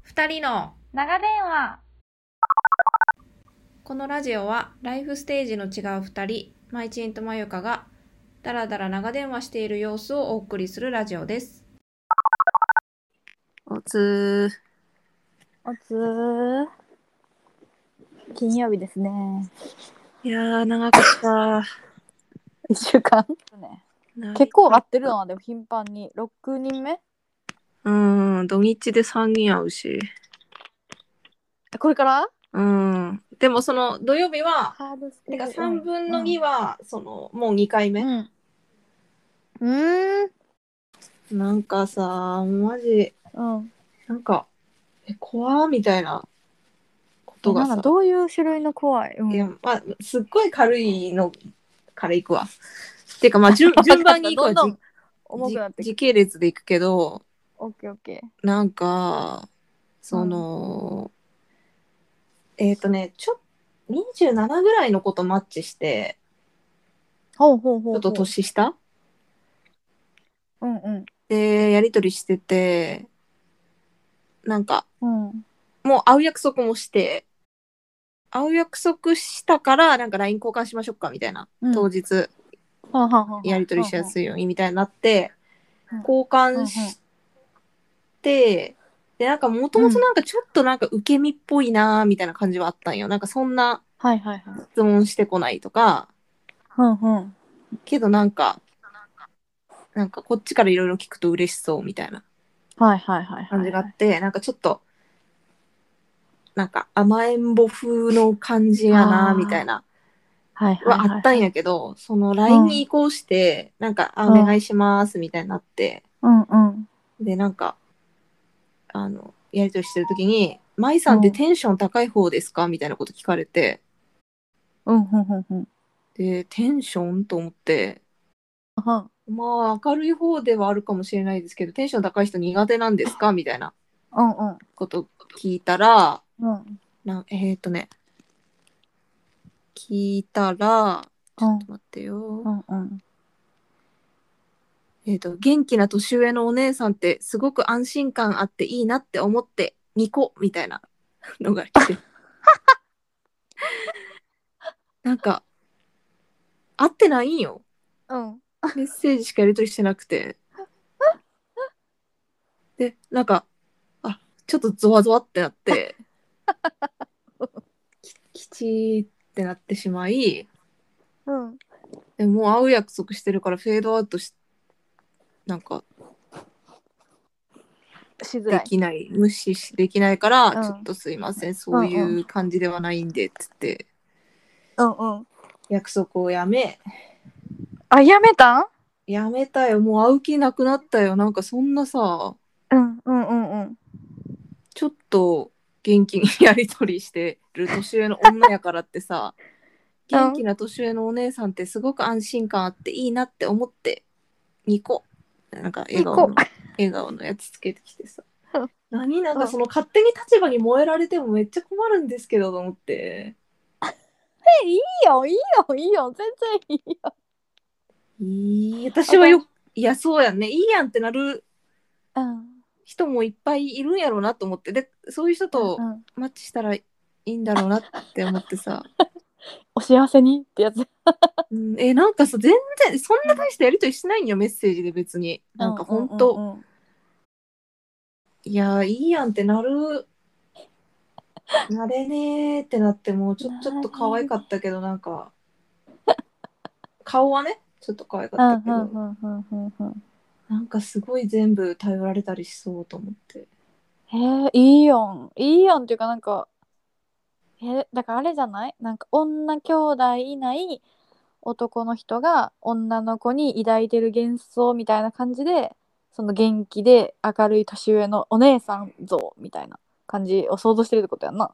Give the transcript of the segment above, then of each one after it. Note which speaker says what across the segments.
Speaker 1: 二人の
Speaker 2: 長電話
Speaker 1: このラジオはライフステージの違う二人まいちんとまゆかがだらだら長電話している様子をお送りするラジオです
Speaker 3: おつ
Speaker 2: おつー金曜日ですね
Speaker 3: ーいやー長かった
Speaker 2: 1週間結構合ってるのはでも頻繁に6人目
Speaker 3: うん土日で3人会うし
Speaker 2: これから
Speaker 3: うんでもその土曜日は
Speaker 2: ハードス
Speaker 3: てか3分の2はそのもう2回目、
Speaker 2: うんうん
Speaker 3: なんかさマジ
Speaker 2: うん
Speaker 3: なんかえ怖ーみたいなことが
Speaker 2: なん
Speaker 3: さ
Speaker 2: かどういう種類の怖い、うん
Speaker 3: いやまあすっごい軽いのからいくわてかまあ 順順番にいくわ
Speaker 2: どん
Speaker 3: じ
Speaker 2: どん重くなってき
Speaker 3: 時系列でいくけど
Speaker 2: オッケーオッケ
Speaker 3: なんかその、えっ、とねちょ27ぐらいの子とマッチして
Speaker 2: ーほうほう
Speaker 3: ち
Speaker 2: ほうほ
Speaker 3: ょ
Speaker 2: う
Speaker 3: っと年下
Speaker 2: うんうん
Speaker 3: でやり取りしててなんか
Speaker 2: うん
Speaker 3: もう会う約束もして会う約束したからなんか LINE 交換しましょうかみたいな、
Speaker 2: うん
Speaker 3: 当日
Speaker 2: はあはあはあ
Speaker 3: やり取りしやすいようにみたいになって、
Speaker 2: うん
Speaker 3: 交換して、でなんかもともとなんかちょっとなんか受け身っぽいなーみたいな感じはあったんよなんかそんな
Speaker 2: はいはいはい
Speaker 3: 質問してこないとか
Speaker 2: うんうん
Speaker 3: けどなんかなんかこっちからいろいろ聞くと嬉しそうみたいな
Speaker 2: はいはいはい
Speaker 3: 感じがあ
Speaker 2: はい
Speaker 3: って、なんかちょっとなんか甘えん坊風の感じやな
Speaker 2: あー
Speaker 3: みたいな
Speaker 2: はいはい
Speaker 3: はあったんやけど、その LINE に移行して、なんか「あお
Speaker 2: うん
Speaker 3: 願いします」みたいになって、
Speaker 2: うんうん
Speaker 3: でなんかあのやり取りしてる時に「舞さんってテンション高い方ですか?」みたいなこと聞かれて
Speaker 2: うんうんうんうん
Speaker 3: でテンションと思って
Speaker 2: は
Speaker 3: まあ明るい方ではあるかもしれないですけどテンション高い人苦手なんですかみたいな
Speaker 2: あうんうん
Speaker 3: こと聞いたら
Speaker 2: うん
Speaker 3: なんえっ、ー、とね聞いたらちょっと待ってよ、
Speaker 2: うんうん
Speaker 3: えっ、と元気な年上のお姉さんってすごく安心感あっていいなって思ってニコみたいな のが来て なんか合ってないんよ
Speaker 2: うん
Speaker 3: メッセージしかやり取りしてなくて。で、なんか、あ、ちょっとゾワゾワってなって、ききちーってなってしまい、
Speaker 2: うん
Speaker 3: でもう会う約束してるからフェードアウトし、なんか
Speaker 2: しづら
Speaker 3: で
Speaker 2: い。
Speaker 3: きない、無視しできないから、
Speaker 2: うん
Speaker 3: ちょっとすいません、そういう感じではないんで、つって、
Speaker 2: うんうん。
Speaker 3: 約束をやめ、
Speaker 2: あ、やめたん
Speaker 3: やめたよ、もう会う気なくなったよ、なんかそんなさ、
Speaker 2: うんうんうんうん。
Speaker 3: ちょっと元気にやり取りしてる年上の女やからって さ
Speaker 2: うん
Speaker 3: 元気な年上のお姉さんってすごく安心感あっていいなって思ってニコなんか笑顔の
Speaker 2: ニコ
Speaker 3: 笑顔のやつつけてきてさ
Speaker 2: うん
Speaker 3: 何なん
Speaker 2: う
Speaker 3: か
Speaker 2: ん
Speaker 3: その勝手に立場に燃えられてもめっちゃ困るんですけどと思って
Speaker 2: え、いいよ、いいよ、いいよ、全然いいよ。
Speaker 3: いい私はよいやそうやんねいいやんってなる
Speaker 2: うん。
Speaker 3: 人もいっぱいいるんやろうなと思ってでそういう人と
Speaker 2: うん、
Speaker 3: マッチしたらいいんだろうなって思ってさ
Speaker 2: お幸せにってやつ。
Speaker 3: うんえなんかさ全然そんな大したやり取りしてないんよメッセージで別になんかほんと、
Speaker 2: うう
Speaker 3: いやーいいやんってなるなれねーってなってもうちょちょっと可愛かったけどなんか顔はねちょっと可愛か
Speaker 2: ん
Speaker 3: ったけど、
Speaker 2: うんうんうんうんうん
Speaker 3: なんかすごい全部頼られたりしそうと思って
Speaker 2: うん。へえ、いいよん。いいよんっていうか、なんか、え、だからあれじゃないなんか、女兄弟いない男の人が女の子に抱いてる幻想みたいな感じで、その元気で明るい年上のお姉さん像みたいな感じを想像してるってことやんな。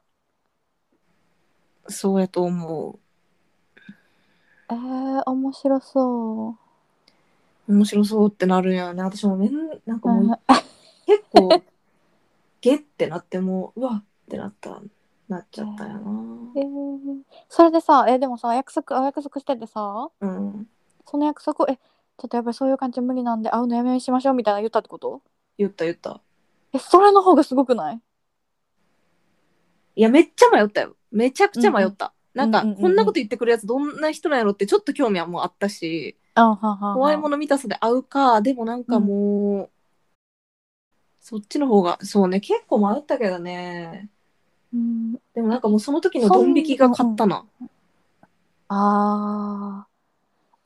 Speaker 3: そうやと思
Speaker 2: えー、面白そう
Speaker 3: 面白そうってなるんやね私もめんなん
Speaker 2: う。
Speaker 3: かもう、
Speaker 2: うん
Speaker 3: 結構ゲってなってもううわってなったなっちゃったよな、
Speaker 2: えーそれでさ、えーでもさ、約束、あ約束しててさ、
Speaker 3: うん
Speaker 2: その約束を、え、ちょっとやっぱりそういう感じ無理なんで会うのやめにしましょうみたいな言ったってこと
Speaker 3: 言った言った
Speaker 2: え、それの方がすごくない
Speaker 3: いやめっちゃ迷ったよめちゃくちゃ迷った、なんか、
Speaker 2: うんうんうん
Speaker 3: こんなこと言ってくるやつどんな人なんやろってちょっと興味はもうあったし
Speaker 2: あははは
Speaker 3: 怖いも
Speaker 2: の
Speaker 3: の見たさで合うかでもなんかもう、そっちの方がそうね結構迷ったけどね
Speaker 2: うん
Speaker 3: でもなんかもうその時のドン引きが勝ったな
Speaker 2: あ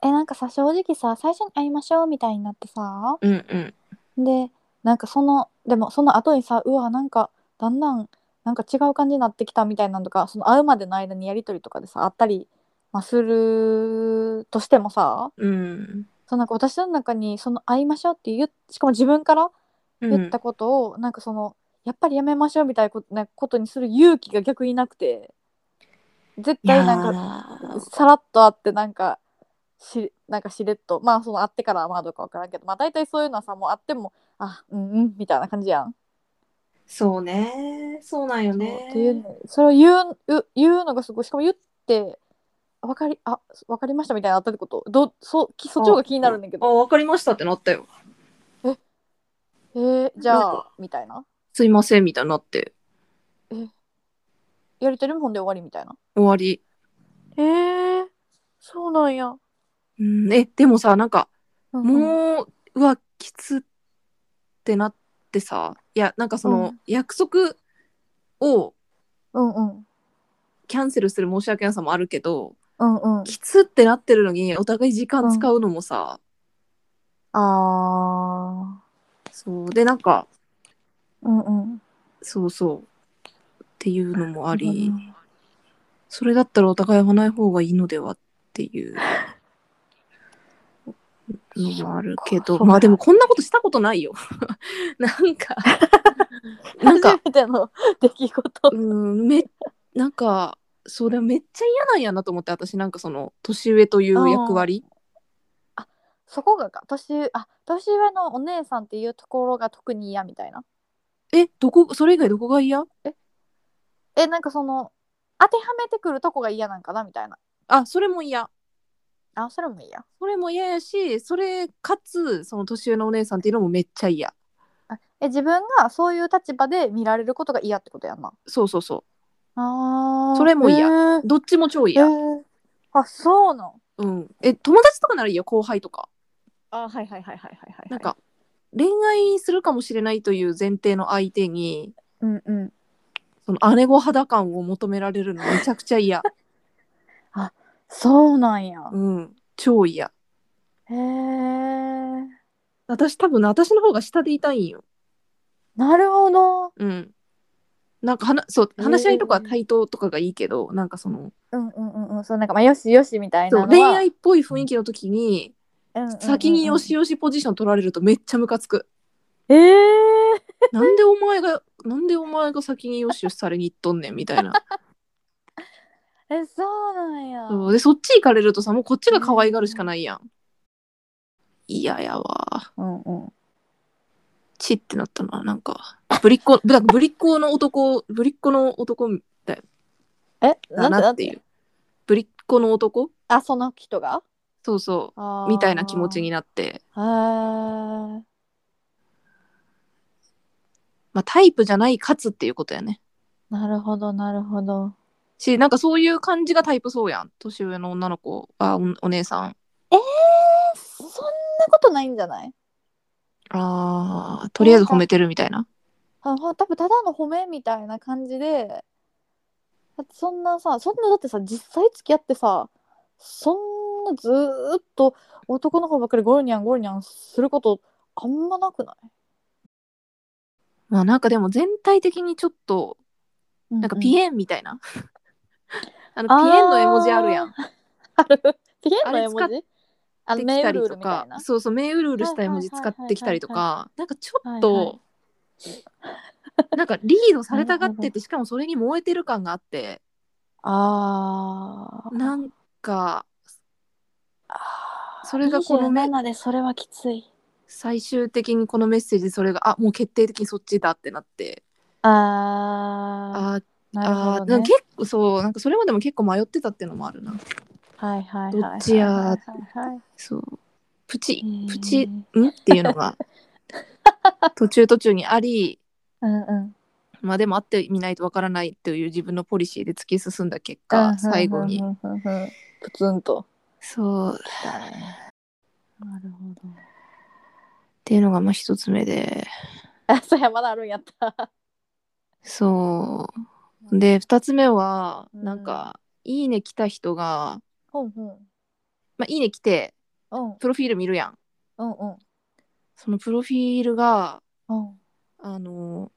Speaker 2: ーえなんかさ正直さ最初に会いましょうみたいになってさ
Speaker 3: うんうん
Speaker 2: でなんかそのでもその後にさうわなんかだんだんなんか違う感じになってきたみたいなのとかその会うまでの間にやり取りとかでさあったり、まあ、するとしてもさ
Speaker 3: うん
Speaker 2: そのなんか私の中にその会いましょうって言っしかも自分から
Speaker 3: う
Speaker 2: 言っ
Speaker 3: ん
Speaker 2: たことを、なんかそのやっぱりやめましょうみたいなことなことにする勇気が逆になくて絶
Speaker 3: いや
Speaker 2: 対
Speaker 3: ー
Speaker 2: なんかさらっと会ってなんかしなんかしれっとまあその会ってからはまあどうかわからんけどまあ大体そういうのはさもう会ってもあうんうんみたいな感じやん。
Speaker 3: そうねそうなんよね
Speaker 2: っていうのそれを言うう言うのがすごいしかも言ってあわかりあわかりましたみたいなのあったってことどうそきそっちの方が気になるんだけ
Speaker 3: あ
Speaker 2: ど
Speaker 3: 分かりましたってなったよ
Speaker 2: えー、じゃ
Speaker 3: なん
Speaker 2: あ
Speaker 3: か
Speaker 2: みたいな
Speaker 3: すいませんみたいになって
Speaker 2: やり取りもほんで終わりみたいな。
Speaker 3: 終わり
Speaker 2: えー、そうなんや。
Speaker 3: うん、えでもさなんか
Speaker 2: うん
Speaker 3: もううわきつってなってさいやなんかその、
Speaker 2: うん
Speaker 3: 約束を
Speaker 2: うんうん
Speaker 3: キャンセルする申し訳なさもあるけど
Speaker 2: うんうん
Speaker 3: きつってなってるのにお互い時間使うのもさ、
Speaker 2: あ
Speaker 3: そうでなんか
Speaker 2: ーうんうん
Speaker 3: そうそうっていうのもあ
Speaker 2: あ
Speaker 3: り、それだったらお互い会わない方がいいのではっていうのもあるけ
Speaker 2: そっ
Speaker 3: ど
Speaker 2: か
Speaker 3: まあでもこんなことしたことないよ なんかなんか
Speaker 2: 初めての出来事
Speaker 3: うんめなんかそれめっちゃ嫌なんやなと思って私なんかその年上という役割
Speaker 2: そこがか年上あ年上のお姉さんっていうところが特に嫌みたいな
Speaker 3: えどこそれ以外どこが嫌
Speaker 2: えなんかその当てはめてくるとこが嫌なんかなみたいな
Speaker 3: あそれも嫌
Speaker 2: あそれもいいや
Speaker 3: それも嫌やしそれかつその年上のお姉さんっていうのもめっちゃ嫌
Speaker 2: あえ自分がそういう立場で見られることが嫌ってことやんな
Speaker 3: そうそうそ
Speaker 2: あー
Speaker 3: それも嫌
Speaker 2: えー
Speaker 3: うどっちも超
Speaker 2: え
Speaker 3: 嫌、
Speaker 2: ーあそうなん
Speaker 3: うんえ友達とかならいいよ後輩とか
Speaker 2: あはいはいはいはいはいはい
Speaker 3: なんか恋愛するかもしれないという前提の相手に
Speaker 2: うんうん
Speaker 3: その姉御肌感を求められるのめちゃくちゃ 嫌
Speaker 2: そうなんや
Speaker 3: うん超嫌
Speaker 2: へえ
Speaker 3: 私多分ね私の方が下でいたいんよ
Speaker 2: なるほど
Speaker 3: うん。なんか話そう
Speaker 2: えー
Speaker 3: 話し合いとか対等とかがいいけど、なんかその
Speaker 2: うんうんうんうんそうなんかまあよしよしみたいな
Speaker 3: そう
Speaker 2: のは
Speaker 3: 恋愛っぽい雰囲気の時に、
Speaker 2: うんうんうんうん
Speaker 3: 先によしよしポジション取られるとめっちゃムカつく。
Speaker 2: ええ
Speaker 3: なんでお前がなんでお前が先によしよしされに行っとんねんみたいな。
Speaker 2: えそうなんや
Speaker 3: そうでそっち行かれるとさもうこっちが可愛がるしかないやん。嫌ややわ。
Speaker 2: うんうん
Speaker 3: チってなったななんかぶりっ子なんかぶりっ子の男ぶりっ子の男
Speaker 2: え
Speaker 3: だなっていう。ぶりっ子の男
Speaker 2: あその人が
Speaker 3: そうそうみたいな気持ちになって。
Speaker 2: へー
Speaker 3: まあ、タイプじゃないかつっていうことやね。
Speaker 2: なるほどなるほど
Speaker 3: し、なんかそういう感じがタイプそうやん。年上の女の子、あ、おお姉さん。
Speaker 2: えそんなことないんじゃない
Speaker 3: ああ、とりあえず褒めてるみたいな。
Speaker 2: あほ多分ただの褒めみたいな感じでだってそんなさそんなだってさ実際付き合ってさそんなずーっと男の子ばっかりゴルニャンゴルニャンすることあんまなくない
Speaker 3: まあなんかでも全体的にちょっと、なんかピ
Speaker 2: エ
Speaker 3: エンみたいな。 あの、ピエンの絵文字あるやん。
Speaker 2: ある ピエンの絵
Speaker 3: あ
Speaker 2: 文字あ
Speaker 3: で
Speaker 2: の
Speaker 3: き
Speaker 2: メ
Speaker 3: た
Speaker 2: ー
Speaker 3: りと
Speaker 2: ルールみた
Speaker 3: か
Speaker 2: いな、
Speaker 3: そうそう、目うるうるした絵文字
Speaker 2: はい
Speaker 3: 使
Speaker 2: はいはいはい
Speaker 3: ってきたりとか、なんかちょっ
Speaker 2: はいは
Speaker 3: と、 なんかリードされたがってて、しかもそれに燃えてる感があって、
Speaker 2: あー
Speaker 3: なんか、
Speaker 2: あー
Speaker 3: それがこの目
Speaker 2: 27でそれはきつい
Speaker 3: 最終的にこのメッセージでそれが、あ、もう決定的にそっちだってなって、
Speaker 2: あ
Speaker 3: あー
Speaker 2: ーなる
Speaker 3: あ
Speaker 2: ほ
Speaker 3: ーで
Speaker 2: ど、
Speaker 3: も
Speaker 2: ね、
Speaker 3: 結構そうなんかそれまでも結構迷ってたっていうのもあるな
Speaker 2: はいはいはい
Speaker 3: どっちやー
Speaker 2: はいはいはい
Speaker 3: そうプチ
Speaker 2: へー
Speaker 3: プチ んっていうのが途中途中にあり
Speaker 2: うんうん
Speaker 3: まあでも会ってみないとわからないという自分のポリシーで突き進んだ結果最後に
Speaker 2: うんうんうんうんプツンと
Speaker 3: そうっ
Speaker 2: なるほど
Speaker 3: ていうのがまあ一つ目で
Speaker 2: あそうやまだあるんやった
Speaker 3: そうで二つ目は
Speaker 2: うん
Speaker 3: なんか「いいね」来た人が
Speaker 2: ほんほん
Speaker 3: 「まあ、いいね」来て
Speaker 2: うんうん
Speaker 3: プロフィール見るやん
Speaker 2: うん
Speaker 3: そのプロフィールが
Speaker 2: うん
Speaker 3: あの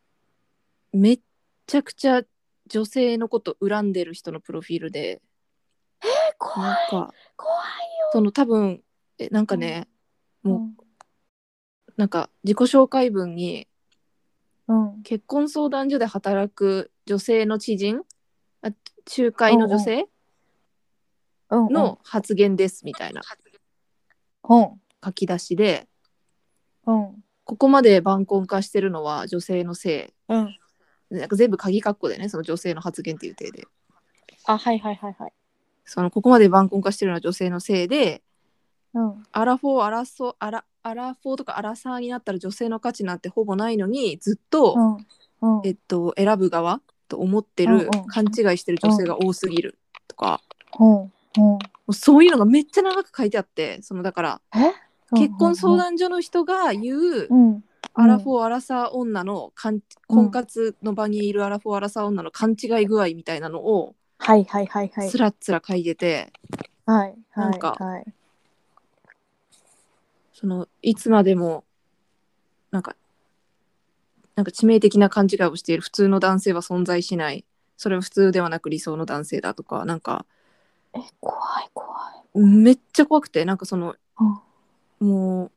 Speaker 3: めっちゃくちゃ女性のこと恨んでる人のプロフィールで
Speaker 2: え怖い
Speaker 3: なんか
Speaker 2: 怖
Speaker 3: その多分えなんかね、
Speaker 2: い
Speaker 3: もなんか自己紹介文に
Speaker 2: うんうん
Speaker 3: 結婚相談所で働く女性の知人あ仲介の女性
Speaker 2: うん
Speaker 3: の発言ですみたいな
Speaker 2: うん
Speaker 3: 書き出しで
Speaker 2: うん
Speaker 3: ここまで晩婚化してるのは女性のせ
Speaker 2: うん
Speaker 3: いなんか全部鍵括弧でねその女性の発言っていう体で
Speaker 2: あはいはいはいはい
Speaker 3: そのここまで晩婚化してるのは女性のせいで
Speaker 2: うん
Speaker 3: アラフォーアラソアラアラフォーとかアラサーになったら女性の価値なんてほぼないのにずっと、
Speaker 2: うんうん
Speaker 3: えっと、選ぶ側と思ってる、
Speaker 2: うんうん
Speaker 3: 勘違いしてる女性が多すぎるとか、
Speaker 2: うんうん
Speaker 3: もうそういうのがめっちゃ長く書いてあってそのだから結婚相談所の人が言う、
Speaker 2: うん
Speaker 3: アラフォーアラサー女の勘婚活の場にいるアラフォーアラサー女の勘違い具合みたいなのを
Speaker 2: はいはいはいはい
Speaker 3: つらつら書いてて、
Speaker 2: はい
Speaker 3: な
Speaker 2: は
Speaker 3: ん
Speaker 2: い
Speaker 3: か
Speaker 2: はい
Speaker 3: そのいつまでもなんかなんか致命的な勘違いをしている普通の男性は存在しないそれは普通ではなく理想の男性だとかなんか
Speaker 2: え怖い怖い
Speaker 3: めっちゃ怖くてなんかその
Speaker 2: うん
Speaker 3: もう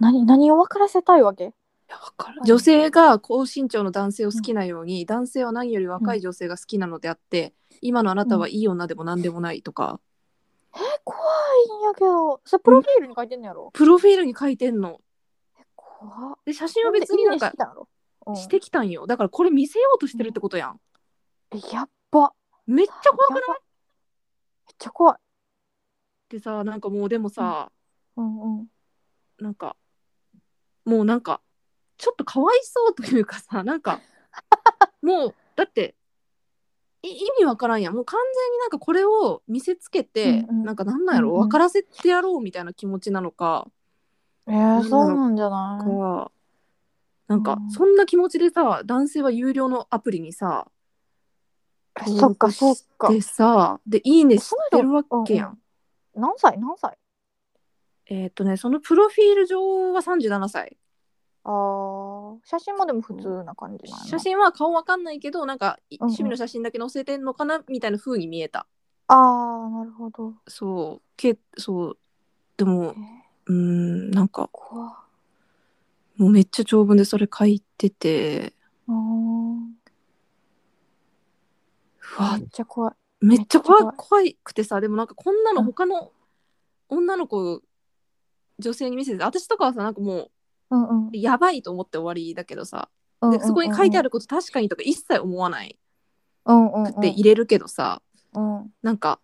Speaker 2: 何何を分からせたいわけ
Speaker 3: いやわかる女性が高身長の男性を好きなように、男性は何より若い女性が好きなのであって、今のあなたはいい女でも何でもないとか、
Speaker 2: え怖いんやけどそれプロフィールに書いてんのやろ
Speaker 3: プロフィールに書いてんの
Speaker 2: 怖っ
Speaker 3: で写真は別になん
Speaker 2: いいね
Speaker 3: か
Speaker 2: してたんやろうん
Speaker 3: してきたんよだからこれ見せようとしてるってことやん、
Speaker 2: えやっば
Speaker 3: めっちゃ怖く
Speaker 2: や
Speaker 3: なっ
Speaker 2: ばめっちゃ怖い
Speaker 3: てさなんかもうでもさ、
Speaker 2: うんうん
Speaker 3: なんかもうなんかちょっとかわいそうというか さなんかもうだってい意味わからんやんもう完全になんかこれを見せつけて、
Speaker 2: うんうん
Speaker 3: なんかなんなんやろ、
Speaker 2: うんうん
Speaker 3: 分からせてやろうみたいな気持ちなのか、
Speaker 2: えー、
Speaker 3: んだろう
Speaker 2: そうなんじゃない
Speaker 3: かなんか
Speaker 2: うん
Speaker 3: そんな気持ちでさ男性は有料のアプリにさ
Speaker 2: えそっかそっか
Speaker 3: でさでいいねしてるわけやん、
Speaker 2: うん何歳何歳
Speaker 3: えーっとねそのプロフィール上は37歳
Speaker 2: あー写真もでも普通な感じなの
Speaker 3: 写真は顔わかんないけどなんかい
Speaker 2: うんうん
Speaker 3: 趣味の写真だけ載せてんのかなみたいな風に見えた
Speaker 2: ああなるほど
Speaker 3: そうけそうで
Speaker 2: え
Speaker 3: も
Speaker 2: ー
Speaker 3: うーんなんか
Speaker 2: 怖っ
Speaker 3: もうめっちゃ長文でそれ書いてて
Speaker 2: あー
Speaker 3: うわ
Speaker 2: めっちゃ怖い
Speaker 3: めっちゃ怖い
Speaker 2: めっちゃ怖い
Speaker 3: 怖いくてさでもなんかこんなの
Speaker 2: うん
Speaker 3: 他の女の子女性に見せて私とかはさなんかも
Speaker 2: うんうん
Speaker 3: うやばいと思って終わりだけどさ
Speaker 2: うんうん
Speaker 3: でそこに書いてあること確かにとか一切思わない
Speaker 2: うんうんうん
Speaker 3: くて入れるけどさ
Speaker 2: うん
Speaker 3: なんか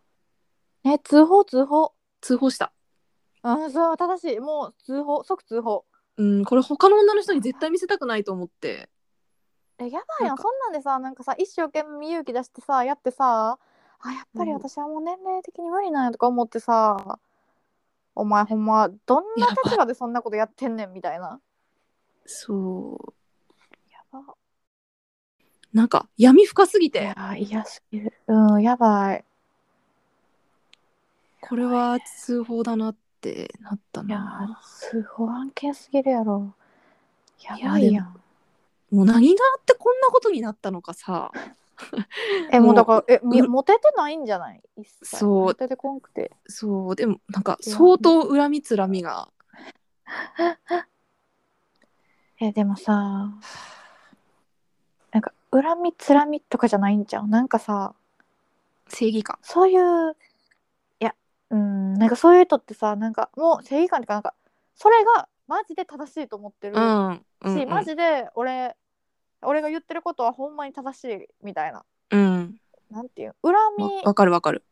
Speaker 2: え通報通報
Speaker 3: 通報した
Speaker 2: うんそう正しいもう通報即通報
Speaker 3: うんこれ他の女の人に絶対見せたくないと思って
Speaker 2: えやばい
Speaker 3: な
Speaker 2: や
Speaker 3: ん
Speaker 2: ん
Speaker 3: か
Speaker 2: そんなんでさなんかさ一生懸命勇気出してさやってさあやっぱり
Speaker 3: うん
Speaker 2: 私はもう年齢的に無理なんやとか思ってさお前ほんまどんな立場でそんなことやってんねんみたいな
Speaker 3: そ
Speaker 2: やば
Speaker 3: うなんか闇深すぎ
Speaker 2: い
Speaker 3: て
Speaker 2: やー嫌すぎるうんやばい
Speaker 3: これは通報だなってなった
Speaker 2: いや
Speaker 3: な
Speaker 2: ー通報案件すぎるやろやば
Speaker 3: いや
Speaker 2: い
Speaker 3: で
Speaker 2: や
Speaker 3: も
Speaker 2: ん
Speaker 3: もう何があってこんなことになったのかさ
Speaker 2: え
Speaker 3: もう
Speaker 2: もうだからえみ
Speaker 3: う
Speaker 2: モテてないんじゃない一切
Speaker 3: そう
Speaker 2: モテてこんくて
Speaker 3: そうでもなんか
Speaker 2: いや
Speaker 3: 相当恨みつらみが
Speaker 2: えでもさなんか恨みつらみとかじゃないんじゃんなんかさ
Speaker 3: 正義感
Speaker 2: そういういやうんなんかそういう人ってさなんかもう正義感とかなんかそれがマジで正しいと思ってる
Speaker 3: う
Speaker 2: し、
Speaker 3: んうんうん
Speaker 2: マジで俺俺が言ってることはほんまに正しいみたいな
Speaker 3: うん
Speaker 2: なんていう恨み
Speaker 3: わわかるわかる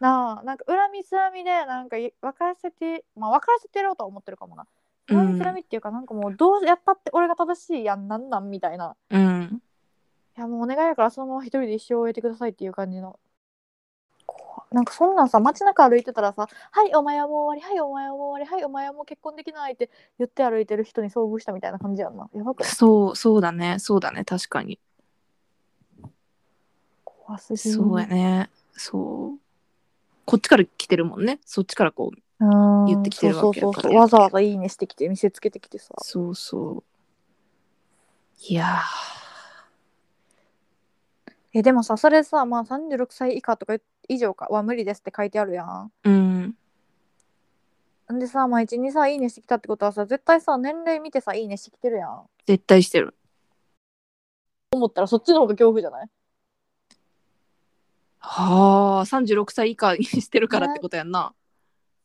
Speaker 2: なあなんか恨みつらみでなんかい分からせてまあ分からせてやろうとは思ってるかもな
Speaker 3: うん
Speaker 2: 恨みつらみっていうかなんかもうどうやったって俺が正しいやんなんなんみたいな
Speaker 3: うん
Speaker 2: いやもうお願いだからそのまま一人で一生終えてくださいっていう感じの怖いなんかそんなんさ街中歩いてたらさ「はいお前はもう終わりはいお前はもう終わりはいお前はもう結婚できない」って言って歩いてる人に遭遇したみたいな感じやんなやばくない
Speaker 3: そうそうだねそうだね確かに
Speaker 2: 怖すぎる
Speaker 3: そうやねそうこっちから来てるもんねそっちからこう
Speaker 2: うん
Speaker 3: 言ってきてるわけや
Speaker 2: そ
Speaker 3: から
Speaker 2: うそうそうそうわざわざ「いいね」してきて見せつけてきてさ
Speaker 3: そうそういや
Speaker 2: えでもさそれさまあ36歳以下とか以上かは無理ですって書いてあるやん
Speaker 3: ーうん
Speaker 2: んでさ毎日にさ「いいね」してきたってことはさ絶対さ年齢見てさ「いいね」してきてるやん
Speaker 3: 絶対してる
Speaker 2: 思ったらそっちの方が恐怖じゃない
Speaker 3: はあ36歳以下にしてるからってことやんな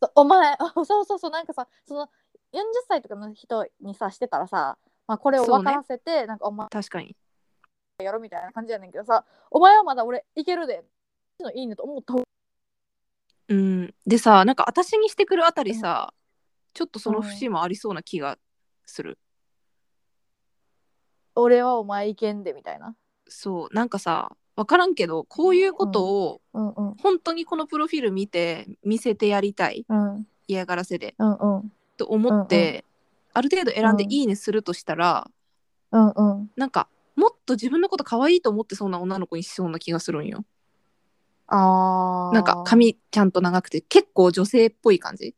Speaker 2: そお前 そうそうそうなんかさその40歳とかの人にさしてたらさ、まあ、これを分からせて、なんかお前
Speaker 3: 確かに
Speaker 2: やろみたいな感じやねんけどさお前はまだ俺いけるでこっちのいいねと思った方が
Speaker 3: うんでさなんか私にしてくるあたりさ、ちょっとその節もありそうな気がする、
Speaker 2: 俺はお前いけんでみたいな
Speaker 3: そうなんかさ分からんけどこういうことを
Speaker 2: うんうん
Speaker 3: 本当にこのプロフィール見て見せてやりたい
Speaker 2: うん
Speaker 3: 嫌がらせで
Speaker 2: うんうん
Speaker 3: と思って、
Speaker 2: う
Speaker 3: ある程度選んで
Speaker 2: う
Speaker 3: 「
Speaker 2: ん
Speaker 3: いいね」するとしたら、
Speaker 2: うんうん
Speaker 3: なんかもっと自分のこと可愛いと思ってそうな女の子にしそうな気がするんよ
Speaker 2: あー
Speaker 3: なんか髪ちゃんと長くて結構女性っぽい感じ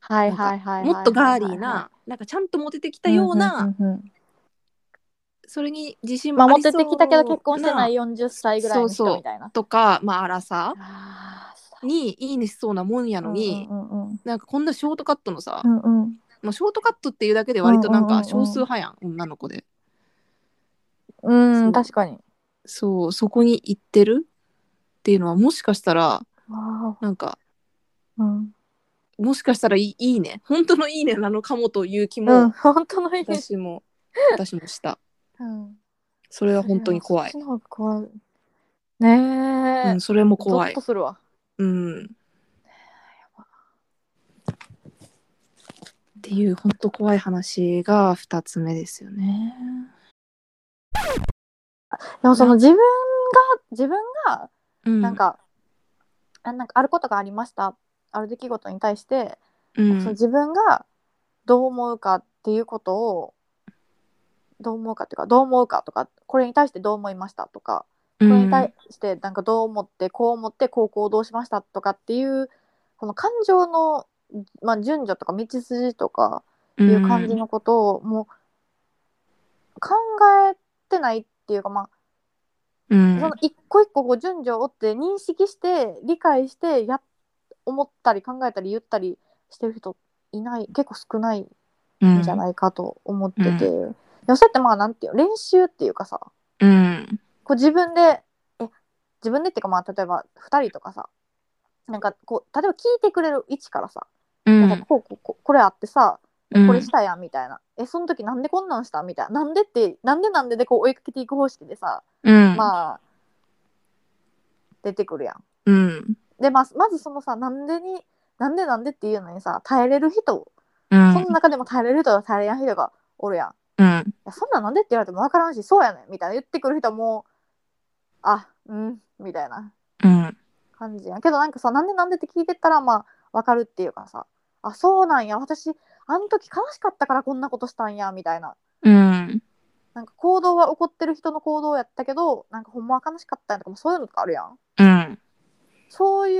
Speaker 2: はいはいはいはいはいはい
Speaker 3: もっとガーリーななんかちゃんとモテてきたような、
Speaker 2: んうんうんうん
Speaker 3: それに自信
Speaker 2: ま
Speaker 3: もあ
Speaker 2: あモ
Speaker 3: りそ
Speaker 2: テ
Speaker 3: うな
Speaker 2: てきたけど結婚してない40歳ぐらいの人みたいな
Speaker 3: とかまあ荒さ
Speaker 2: あー
Speaker 3: にいいねしそうなもんやのに、
Speaker 2: うんうんうん
Speaker 3: なんかこんなショートカットのさ、
Speaker 2: うんうん
Speaker 3: まあ、ショートカットっていうだけで割となん
Speaker 2: うんうん
Speaker 3: か
Speaker 2: うんうん
Speaker 3: 少数派やん,、女の子で
Speaker 2: うん
Speaker 3: そう
Speaker 2: 確かに。
Speaker 3: そうそこに行ってるっていうのはもしかしたら
Speaker 2: わ
Speaker 3: なんか
Speaker 2: あ、うん、
Speaker 3: もしかしたらいいいいね本当のいいねなのかもという気
Speaker 2: うん、
Speaker 3: も
Speaker 2: 本当の意味。
Speaker 3: 私も、私もした
Speaker 2: うん、
Speaker 3: それは本当に怖い
Speaker 2: そっちの方が怖い。 ねえ、
Speaker 3: うん、それも怖い
Speaker 2: ゾッとするわ。
Speaker 3: うんっていう本当怖い話が2つ目ですよね
Speaker 2: でもその自分が自分が
Speaker 3: うん
Speaker 2: なんか、あなんかあることがありましたある出来事に対して、
Speaker 3: うん
Speaker 2: その自分がどう思うかっていうことをどう思うかっていうかどう思うかとかこれに対してどう思いましたとかこれに対してなんかどう思ってこう思ってこう行動しましたとかっていうこの感情の、まあ、順序とか道筋とか
Speaker 3: う
Speaker 2: いう感じのことをもう考えてないっていうか、ま
Speaker 3: うん、
Speaker 2: あ、その一個一個こう順序を追って認識して理解してや思ったり考えたり言ったりしてる人いない結構少ない
Speaker 3: うん
Speaker 2: んじゃないかと思ってて、
Speaker 3: うん
Speaker 2: いやそうやってまあなんていうの練習っていうかさ
Speaker 3: うん
Speaker 2: こう自分でえ自分でっていうかまあ例えば2人とかさなんかこう例えば聞いてくれる位置からさ、
Speaker 3: うん
Speaker 2: なんかこうこうこうこれあってさ
Speaker 3: うん
Speaker 2: これしたやんみたいな、えその時なんでこんなんしたみたいななんでってなんでなんででこう追いかけていく方式でさ、
Speaker 3: うん
Speaker 2: まあ出てくるやん。
Speaker 3: うん
Speaker 2: でまあまずそのさなんでになんでなんでっていうのにさ耐えれる人、
Speaker 3: うん
Speaker 2: その中でも耐えれる人と耐えれない人がおるやん。
Speaker 3: うん
Speaker 2: いやそんなんなんでって言われても分からんしそうやねんみたいな言ってくる人はもうあうんみたいな
Speaker 3: うん
Speaker 2: 感じやんけどなんかさなんでなんでって聞いてったらまあ分かるっていうかさあそうなんや私あの時悲しかったからこんなことしたんやみたいな
Speaker 3: うん
Speaker 2: なんか行動は怒ってる人の行動やったけどなんかほんまは悲しかったんやとかもそういうのとかあるやん
Speaker 3: うん
Speaker 2: そうい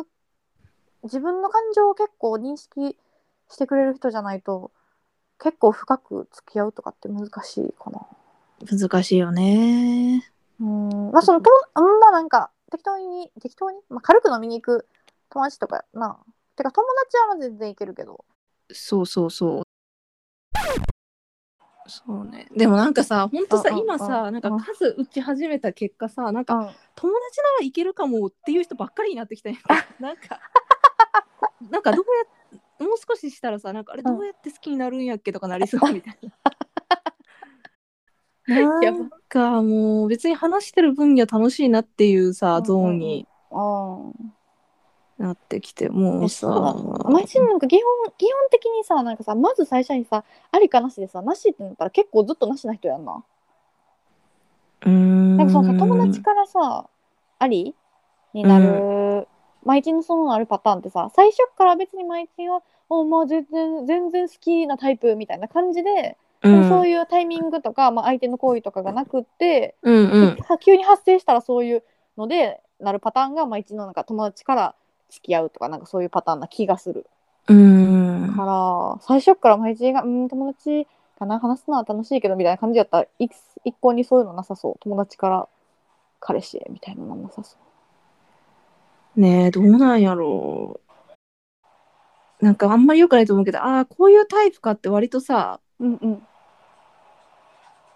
Speaker 2: う自分の感情を結構認識してくれる人じゃないと結構深く付き合うとかって難しいかな。
Speaker 3: 難しいよね
Speaker 2: うんまあそのとうんまあなんか適当に適当に、まあ、軽く飲みに行く友達とかやなてか友達はまあ全然いけるけど
Speaker 3: そうそうそうそうねでもなんかさほんとさ
Speaker 2: うんうんうん
Speaker 3: 今さなんか数打ち始めた結果さなんか
Speaker 2: ん
Speaker 3: 友達ならいけるかもっていう人ばっかりになってきたよ なんかなんかどうやっもう少ししたらさなんかあれ
Speaker 2: うん
Speaker 3: どうやって好きになるんやっけとかなり そうみたいな。
Speaker 2: や
Speaker 3: な
Speaker 2: ば
Speaker 3: んかもう別に話してる分には楽しいなっていう
Speaker 2: う
Speaker 3: さ
Speaker 2: ん
Speaker 3: ゾーンになってきてもうさ
Speaker 2: マジなんか基本基本的にさなんかさまず最初にさありかなしでさなしってなったら結構ずっとなしな人やんなもそうさ
Speaker 3: うん
Speaker 2: 友達からさありになる、毎日のそのなるパターンってさ最初から別に毎日は「おまあ全然全然好きなタイプ」みたいな感じで、
Speaker 3: う
Speaker 2: でもそうんいうタイミングとか、まあ、相手の行為とかがなくって、
Speaker 3: うんうん
Speaker 2: は急に発生したらそういうのでなるパターンが毎日のなんか友達から付き合うとかなんかそういうパターンな気がする。
Speaker 3: うん
Speaker 2: から最初っから毎日がうん友達かな話すのは楽しいけどみたいな感じだったら一一向にそういうのなさそう友達から彼氏へみたいなのなさそ
Speaker 3: ねえどうなんやろうなんかあんまり良くないと思うけどああこういうタイプかって割とさ
Speaker 2: ううんうん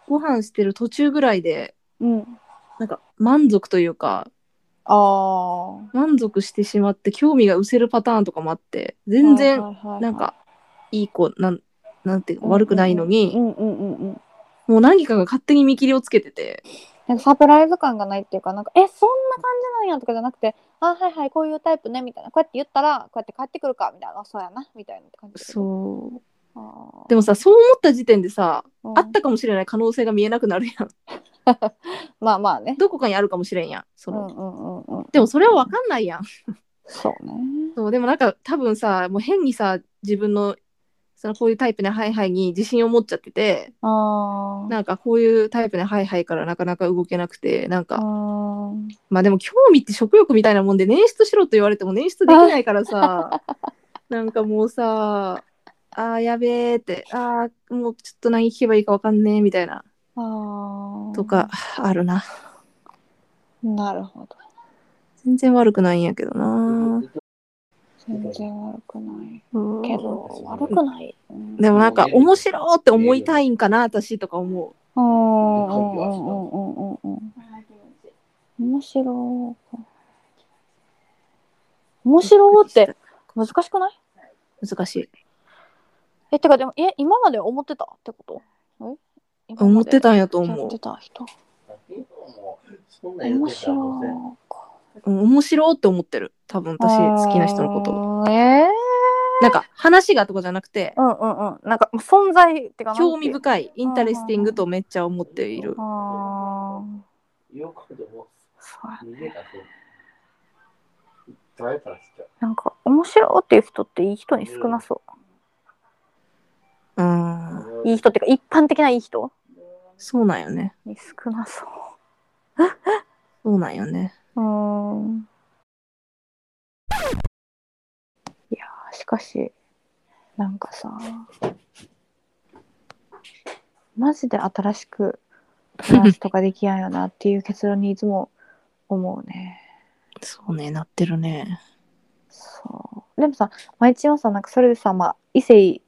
Speaker 3: ご飯してる途中ぐらいで
Speaker 2: うん
Speaker 3: なんか満足というか
Speaker 2: あー
Speaker 3: 満足してしまって興味が失せるパターンとかもあって全然
Speaker 2: はいはいはいはい
Speaker 3: なんかいい子なんなんていうか
Speaker 2: うん
Speaker 3: 悪くないの
Speaker 2: う
Speaker 3: に
Speaker 2: んうんうんうん
Speaker 3: もう何かが勝手に見切りをつけてて
Speaker 2: なんかサプライズ感がないっていうかなんかえそんな感じなんやとかじゃなくてあはいはいこういうタイプねみたいなこうやって言ったらこうやって帰ってくるかみたいなあそうやなみたいな感じ
Speaker 3: そう
Speaker 2: う
Speaker 3: でもさそう思った時点でさ
Speaker 2: も
Speaker 3: あったかもしれない可能性が見えなくなるやん
Speaker 2: まあまあね
Speaker 3: どこかにあるかもしれんやんそ
Speaker 2: うん
Speaker 3: の、
Speaker 2: うんうんうん
Speaker 3: でもそれは分かんないやん
Speaker 2: そうね
Speaker 3: そうでもなんか多分さもう変にさ自分のそのこういうタイプねはいはいに自信を持っちゃってて
Speaker 2: あー
Speaker 3: なんかこういうタイプねはいはいからなかなか動けなくてなん
Speaker 2: あ
Speaker 3: か
Speaker 2: ー
Speaker 3: まあでも興味って食欲みたいなもんで捻出しろと言われても捻出できないから さなんかもうさあーやべえってあーもうちょっと何聞けばいいかわかんねえみたいな
Speaker 2: あー
Speaker 3: とかあるな
Speaker 2: なるほど
Speaker 3: 全然悪くないんやけどな
Speaker 2: 全然悪くない
Speaker 3: うん
Speaker 2: けど悪くない
Speaker 3: でもなんか面白って思いたいんかな私とか思
Speaker 2: うんうんうんうんうんうんうん面白い面白いって難しくないう
Speaker 3: 難しい
Speaker 2: えてかでもえ今まで思ってたってことえ今
Speaker 3: 思
Speaker 2: ま
Speaker 3: っ
Speaker 2: で
Speaker 3: てたんやと
Speaker 2: や
Speaker 3: 思
Speaker 2: って
Speaker 3: う
Speaker 2: た人面
Speaker 4: 面
Speaker 2: 白い
Speaker 3: うん面白って思ってる多分私好きな人のこと
Speaker 2: とえ
Speaker 3: なんか話がとかじゃなくて
Speaker 2: ー、うんうんうんなんか存在ってかなんていう
Speaker 3: 興味深いインタレスティングとめっちゃ思っている
Speaker 2: あーそうやなんか面白いっていう人っていい人に少なそう、
Speaker 3: うん
Speaker 2: いい人っていうか一般的ないい人
Speaker 3: そうなんよね
Speaker 2: に少なそ
Speaker 3: そうなんよね。
Speaker 2: ううーんいやーしかしなんかさマジで新しく話とかできやんよなっていう結論にいつも思うね
Speaker 3: そうね、なってるね。
Speaker 2: そうでもさ毎日はさなんかそれでさ、まあ、異性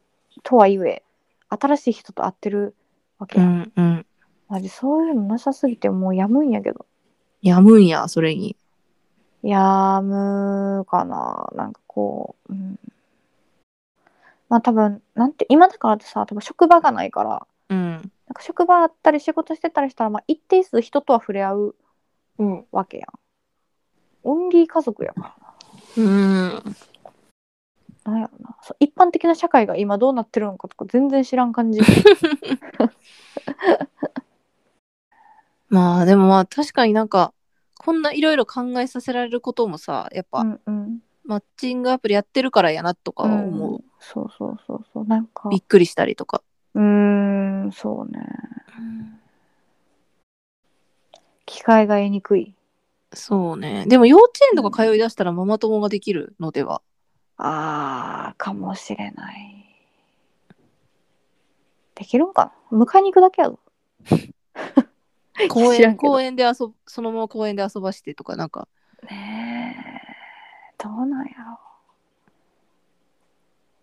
Speaker 2: とはいえ新しい人と会ってるわけ
Speaker 3: う
Speaker 2: やん、
Speaker 3: んうん。
Speaker 2: マジそういうのなさすぎてもうやむんやけど
Speaker 3: やむんや、それに。
Speaker 2: やむかななんかこう、うん、まあ多分なんて今だからってさ多分職場がないから
Speaker 3: うん。
Speaker 2: なんか職場あったり仕事してたりしたら、まあ、一定数人とは触れ合う
Speaker 3: うん。
Speaker 2: わけやんオンリー家族やから
Speaker 3: うん。
Speaker 2: なんやろなそう一般的な社会が今どうなってるのかとか全然知らん感じ
Speaker 3: まあでもまあ確かになんか、こんないろいろ考えさせられることもさ、やっぱ、
Speaker 2: うんうん
Speaker 3: マッチングアプリやってるからやなとか思う。
Speaker 2: んそうそうそうそうなんか
Speaker 3: びっくりしたりとか。
Speaker 2: うーんそうね機会が得にくい
Speaker 3: そうね。でも幼稚園とか通い出したらママ友ができるのでは。
Speaker 2: あーかもしれないできるんかな迎えに行くだけやぞ
Speaker 3: 公
Speaker 2: 知らん
Speaker 3: 園、
Speaker 2: けど
Speaker 3: 公園で遊ぶ、そのまま公園で遊ばしてとか、なんか、
Speaker 2: ねえどうなんや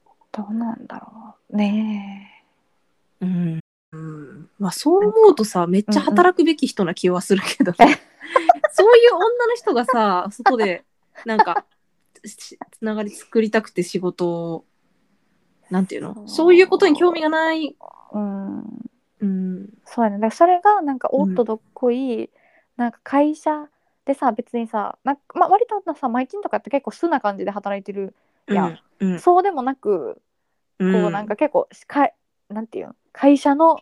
Speaker 2: ろどうなんだろうね
Speaker 3: うん、まあそう思うとさめっちゃ働くべき人な気はするけど、
Speaker 2: うんうん
Speaker 3: そういう女の人がさ外でなんかしつながり作りたくて仕事をなんていうのそういうことに興味がない、
Speaker 2: えうん
Speaker 3: うん、
Speaker 2: そうやねだからそれがなんかお
Speaker 3: うん
Speaker 2: っとどっこい、なんか会社でさ別にさなんか、まあ、割とさ毎日とかって結構素な感じで働いてる、いや
Speaker 3: うん、うん
Speaker 2: そうでもなくこうなんか結構しかなんていうの会社の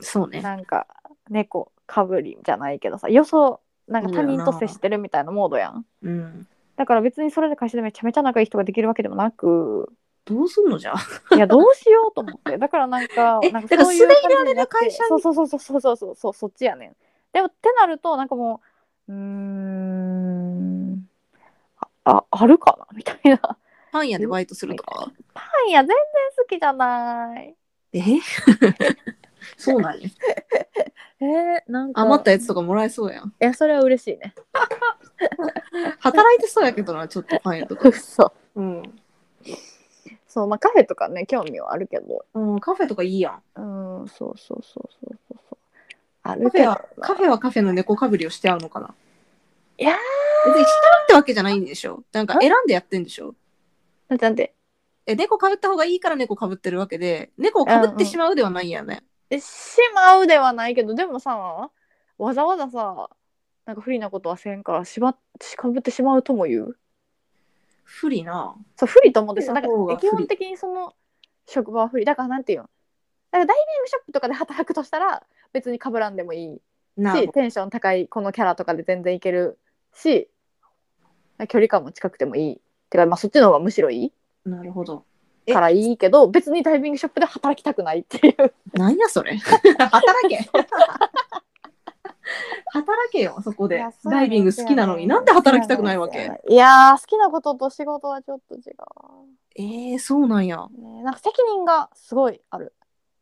Speaker 3: そうね。
Speaker 2: なんか猫かぶりじゃないけどさよそなんか
Speaker 3: そう
Speaker 2: 他
Speaker 3: だよ
Speaker 2: 人
Speaker 3: な
Speaker 2: と接してるみたいなモードやん
Speaker 3: うん。
Speaker 2: だから別にそれで会社でめちゃめちゃ仲いい人ができるわけでもな く
Speaker 3: どうすんのじゃあ。
Speaker 2: いやどうしようと思ってだからなんか
Speaker 3: え
Speaker 2: なん
Speaker 3: だから
Speaker 2: そういう
Speaker 3: 素でいら
Speaker 2: 感じ
Speaker 3: れ
Speaker 2: じ
Speaker 3: る会社に
Speaker 2: ゃなくてそうそうそうそうそうそうそうそっちやねんでもってなるとなんかもううーんあああるかなみたいな
Speaker 3: パン屋でバイトするとかは。
Speaker 2: パン屋全然好きじゃない
Speaker 3: え そうなんや。
Speaker 2: えー、なんか
Speaker 3: 余ったやつとかもらえそうやん。
Speaker 2: いやそれは嬉しいね
Speaker 3: 働いてそうやけどな、ちょっとパン屋とか。
Speaker 2: 嘘
Speaker 3: うん。
Speaker 2: そうまあカフェとかね興味はあるけど
Speaker 3: うん、カフェとかいいやん。
Speaker 2: うんそうそうそうそうそうそうあ
Speaker 3: カ
Speaker 2: る
Speaker 3: フ
Speaker 2: け
Speaker 3: ェ
Speaker 2: ど
Speaker 3: は、カフェはカフェの猫かぶりをして合うのかな。
Speaker 2: いやー
Speaker 3: 別にしたってわけじゃないんでしょ。なんか選んでやってんでしょ。
Speaker 2: なんてなんて
Speaker 3: え、猫かぶった方がいいから猫かぶってるわけで、猫をかぶってしまうではないんやね。
Speaker 2: えしまうではないけどでもさわざわざさなんか不利なことはせんからしましかぶってしまうとも言う
Speaker 3: 不利な。
Speaker 2: そう不利と思ってさ
Speaker 3: 不
Speaker 2: な
Speaker 3: 利
Speaker 2: ん
Speaker 3: な方
Speaker 2: か
Speaker 3: が不
Speaker 2: 基
Speaker 3: 利
Speaker 2: 本的にその職場は不利だからなんていうのだからダイビングショップとかで働くとしたら別にかぶらんでもいい
Speaker 3: なる
Speaker 2: し
Speaker 3: ほ
Speaker 2: テンション高いこのキャラとかで全然いけるし距離感も近くてもいいてかまあそっちの方がむしろい
Speaker 3: ど。なるほど。
Speaker 2: い
Speaker 3: え
Speaker 2: からいいけど別にダイビングショップで働きたくないっていう
Speaker 3: なんや それ。働け。働けよ、そこ
Speaker 2: い
Speaker 3: で
Speaker 2: や。そう
Speaker 3: ダイビング好きなのになんで働きたくないわけ。
Speaker 2: いやー好きなことと仕事はちょっと違
Speaker 3: えー、そうなんや。
Speaker 2: う、ね、なんか責任がすごいある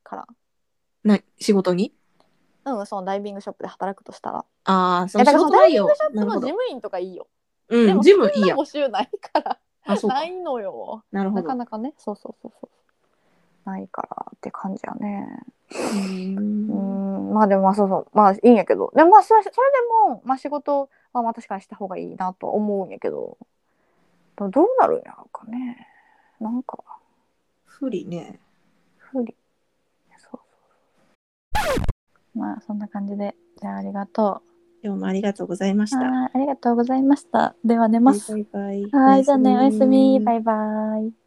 Speaker 2: か
Speaker 3: な仕事に
Speaker 2: らうんそのダイビングショップで働くとしたら
Speaker 3: ああ、そ
Speaker 2: いや
Speaker 3: の
Speaker 2: だ
Speaker 3: 仕事
Speaker 2: からそのダ
Speaker 3: 内
Speaker 2: イビン
Speaker 3: 容
Speaker 2: グショッ。プ
Speaker 3: なるほ
Speaker 2: の事
Speaker 3: ど。
Speaker 2: 務員とかいいよで
Speaker 3: うん、
Speaker 2: も
Speaker 3: ジムいい
Speaker 2: そんな
Speaker 3: やん
Speaker 2: 募。集ないから
Speaker 3: あ、そう
Speaker 2: な
Speaker 3: か。
Speaker 2: いのよ
Speaker 3: なるほ
Speaker 2: な
Speaker 3: ど
Speaker 2: か。なかねそうそうそうそうないからって感じやね
Speaker 3: うー
Speaker 2: うんんまあでもまあそうそうまあいいんやけどでもまあそれそれでも、まあ、仕事はまあ確かにした方がいいなとは思うんやけどでもどうなるんやろうかねなんか
Speaker 3: 不利ね。
Speaker 2: 不利そうそうまあそんな感じでじゃあありがと
Speaker 3: 今日もありがとうございまし
Speaker 2: う
Speaker 3: た。
Speaker 2: はいありがとうございましたでは寝ます
Speaker 3: バイバイ
Speaker 2: はいじゃあねおやすみバ
Speaker 3: イ。
Speaker 2: イバイ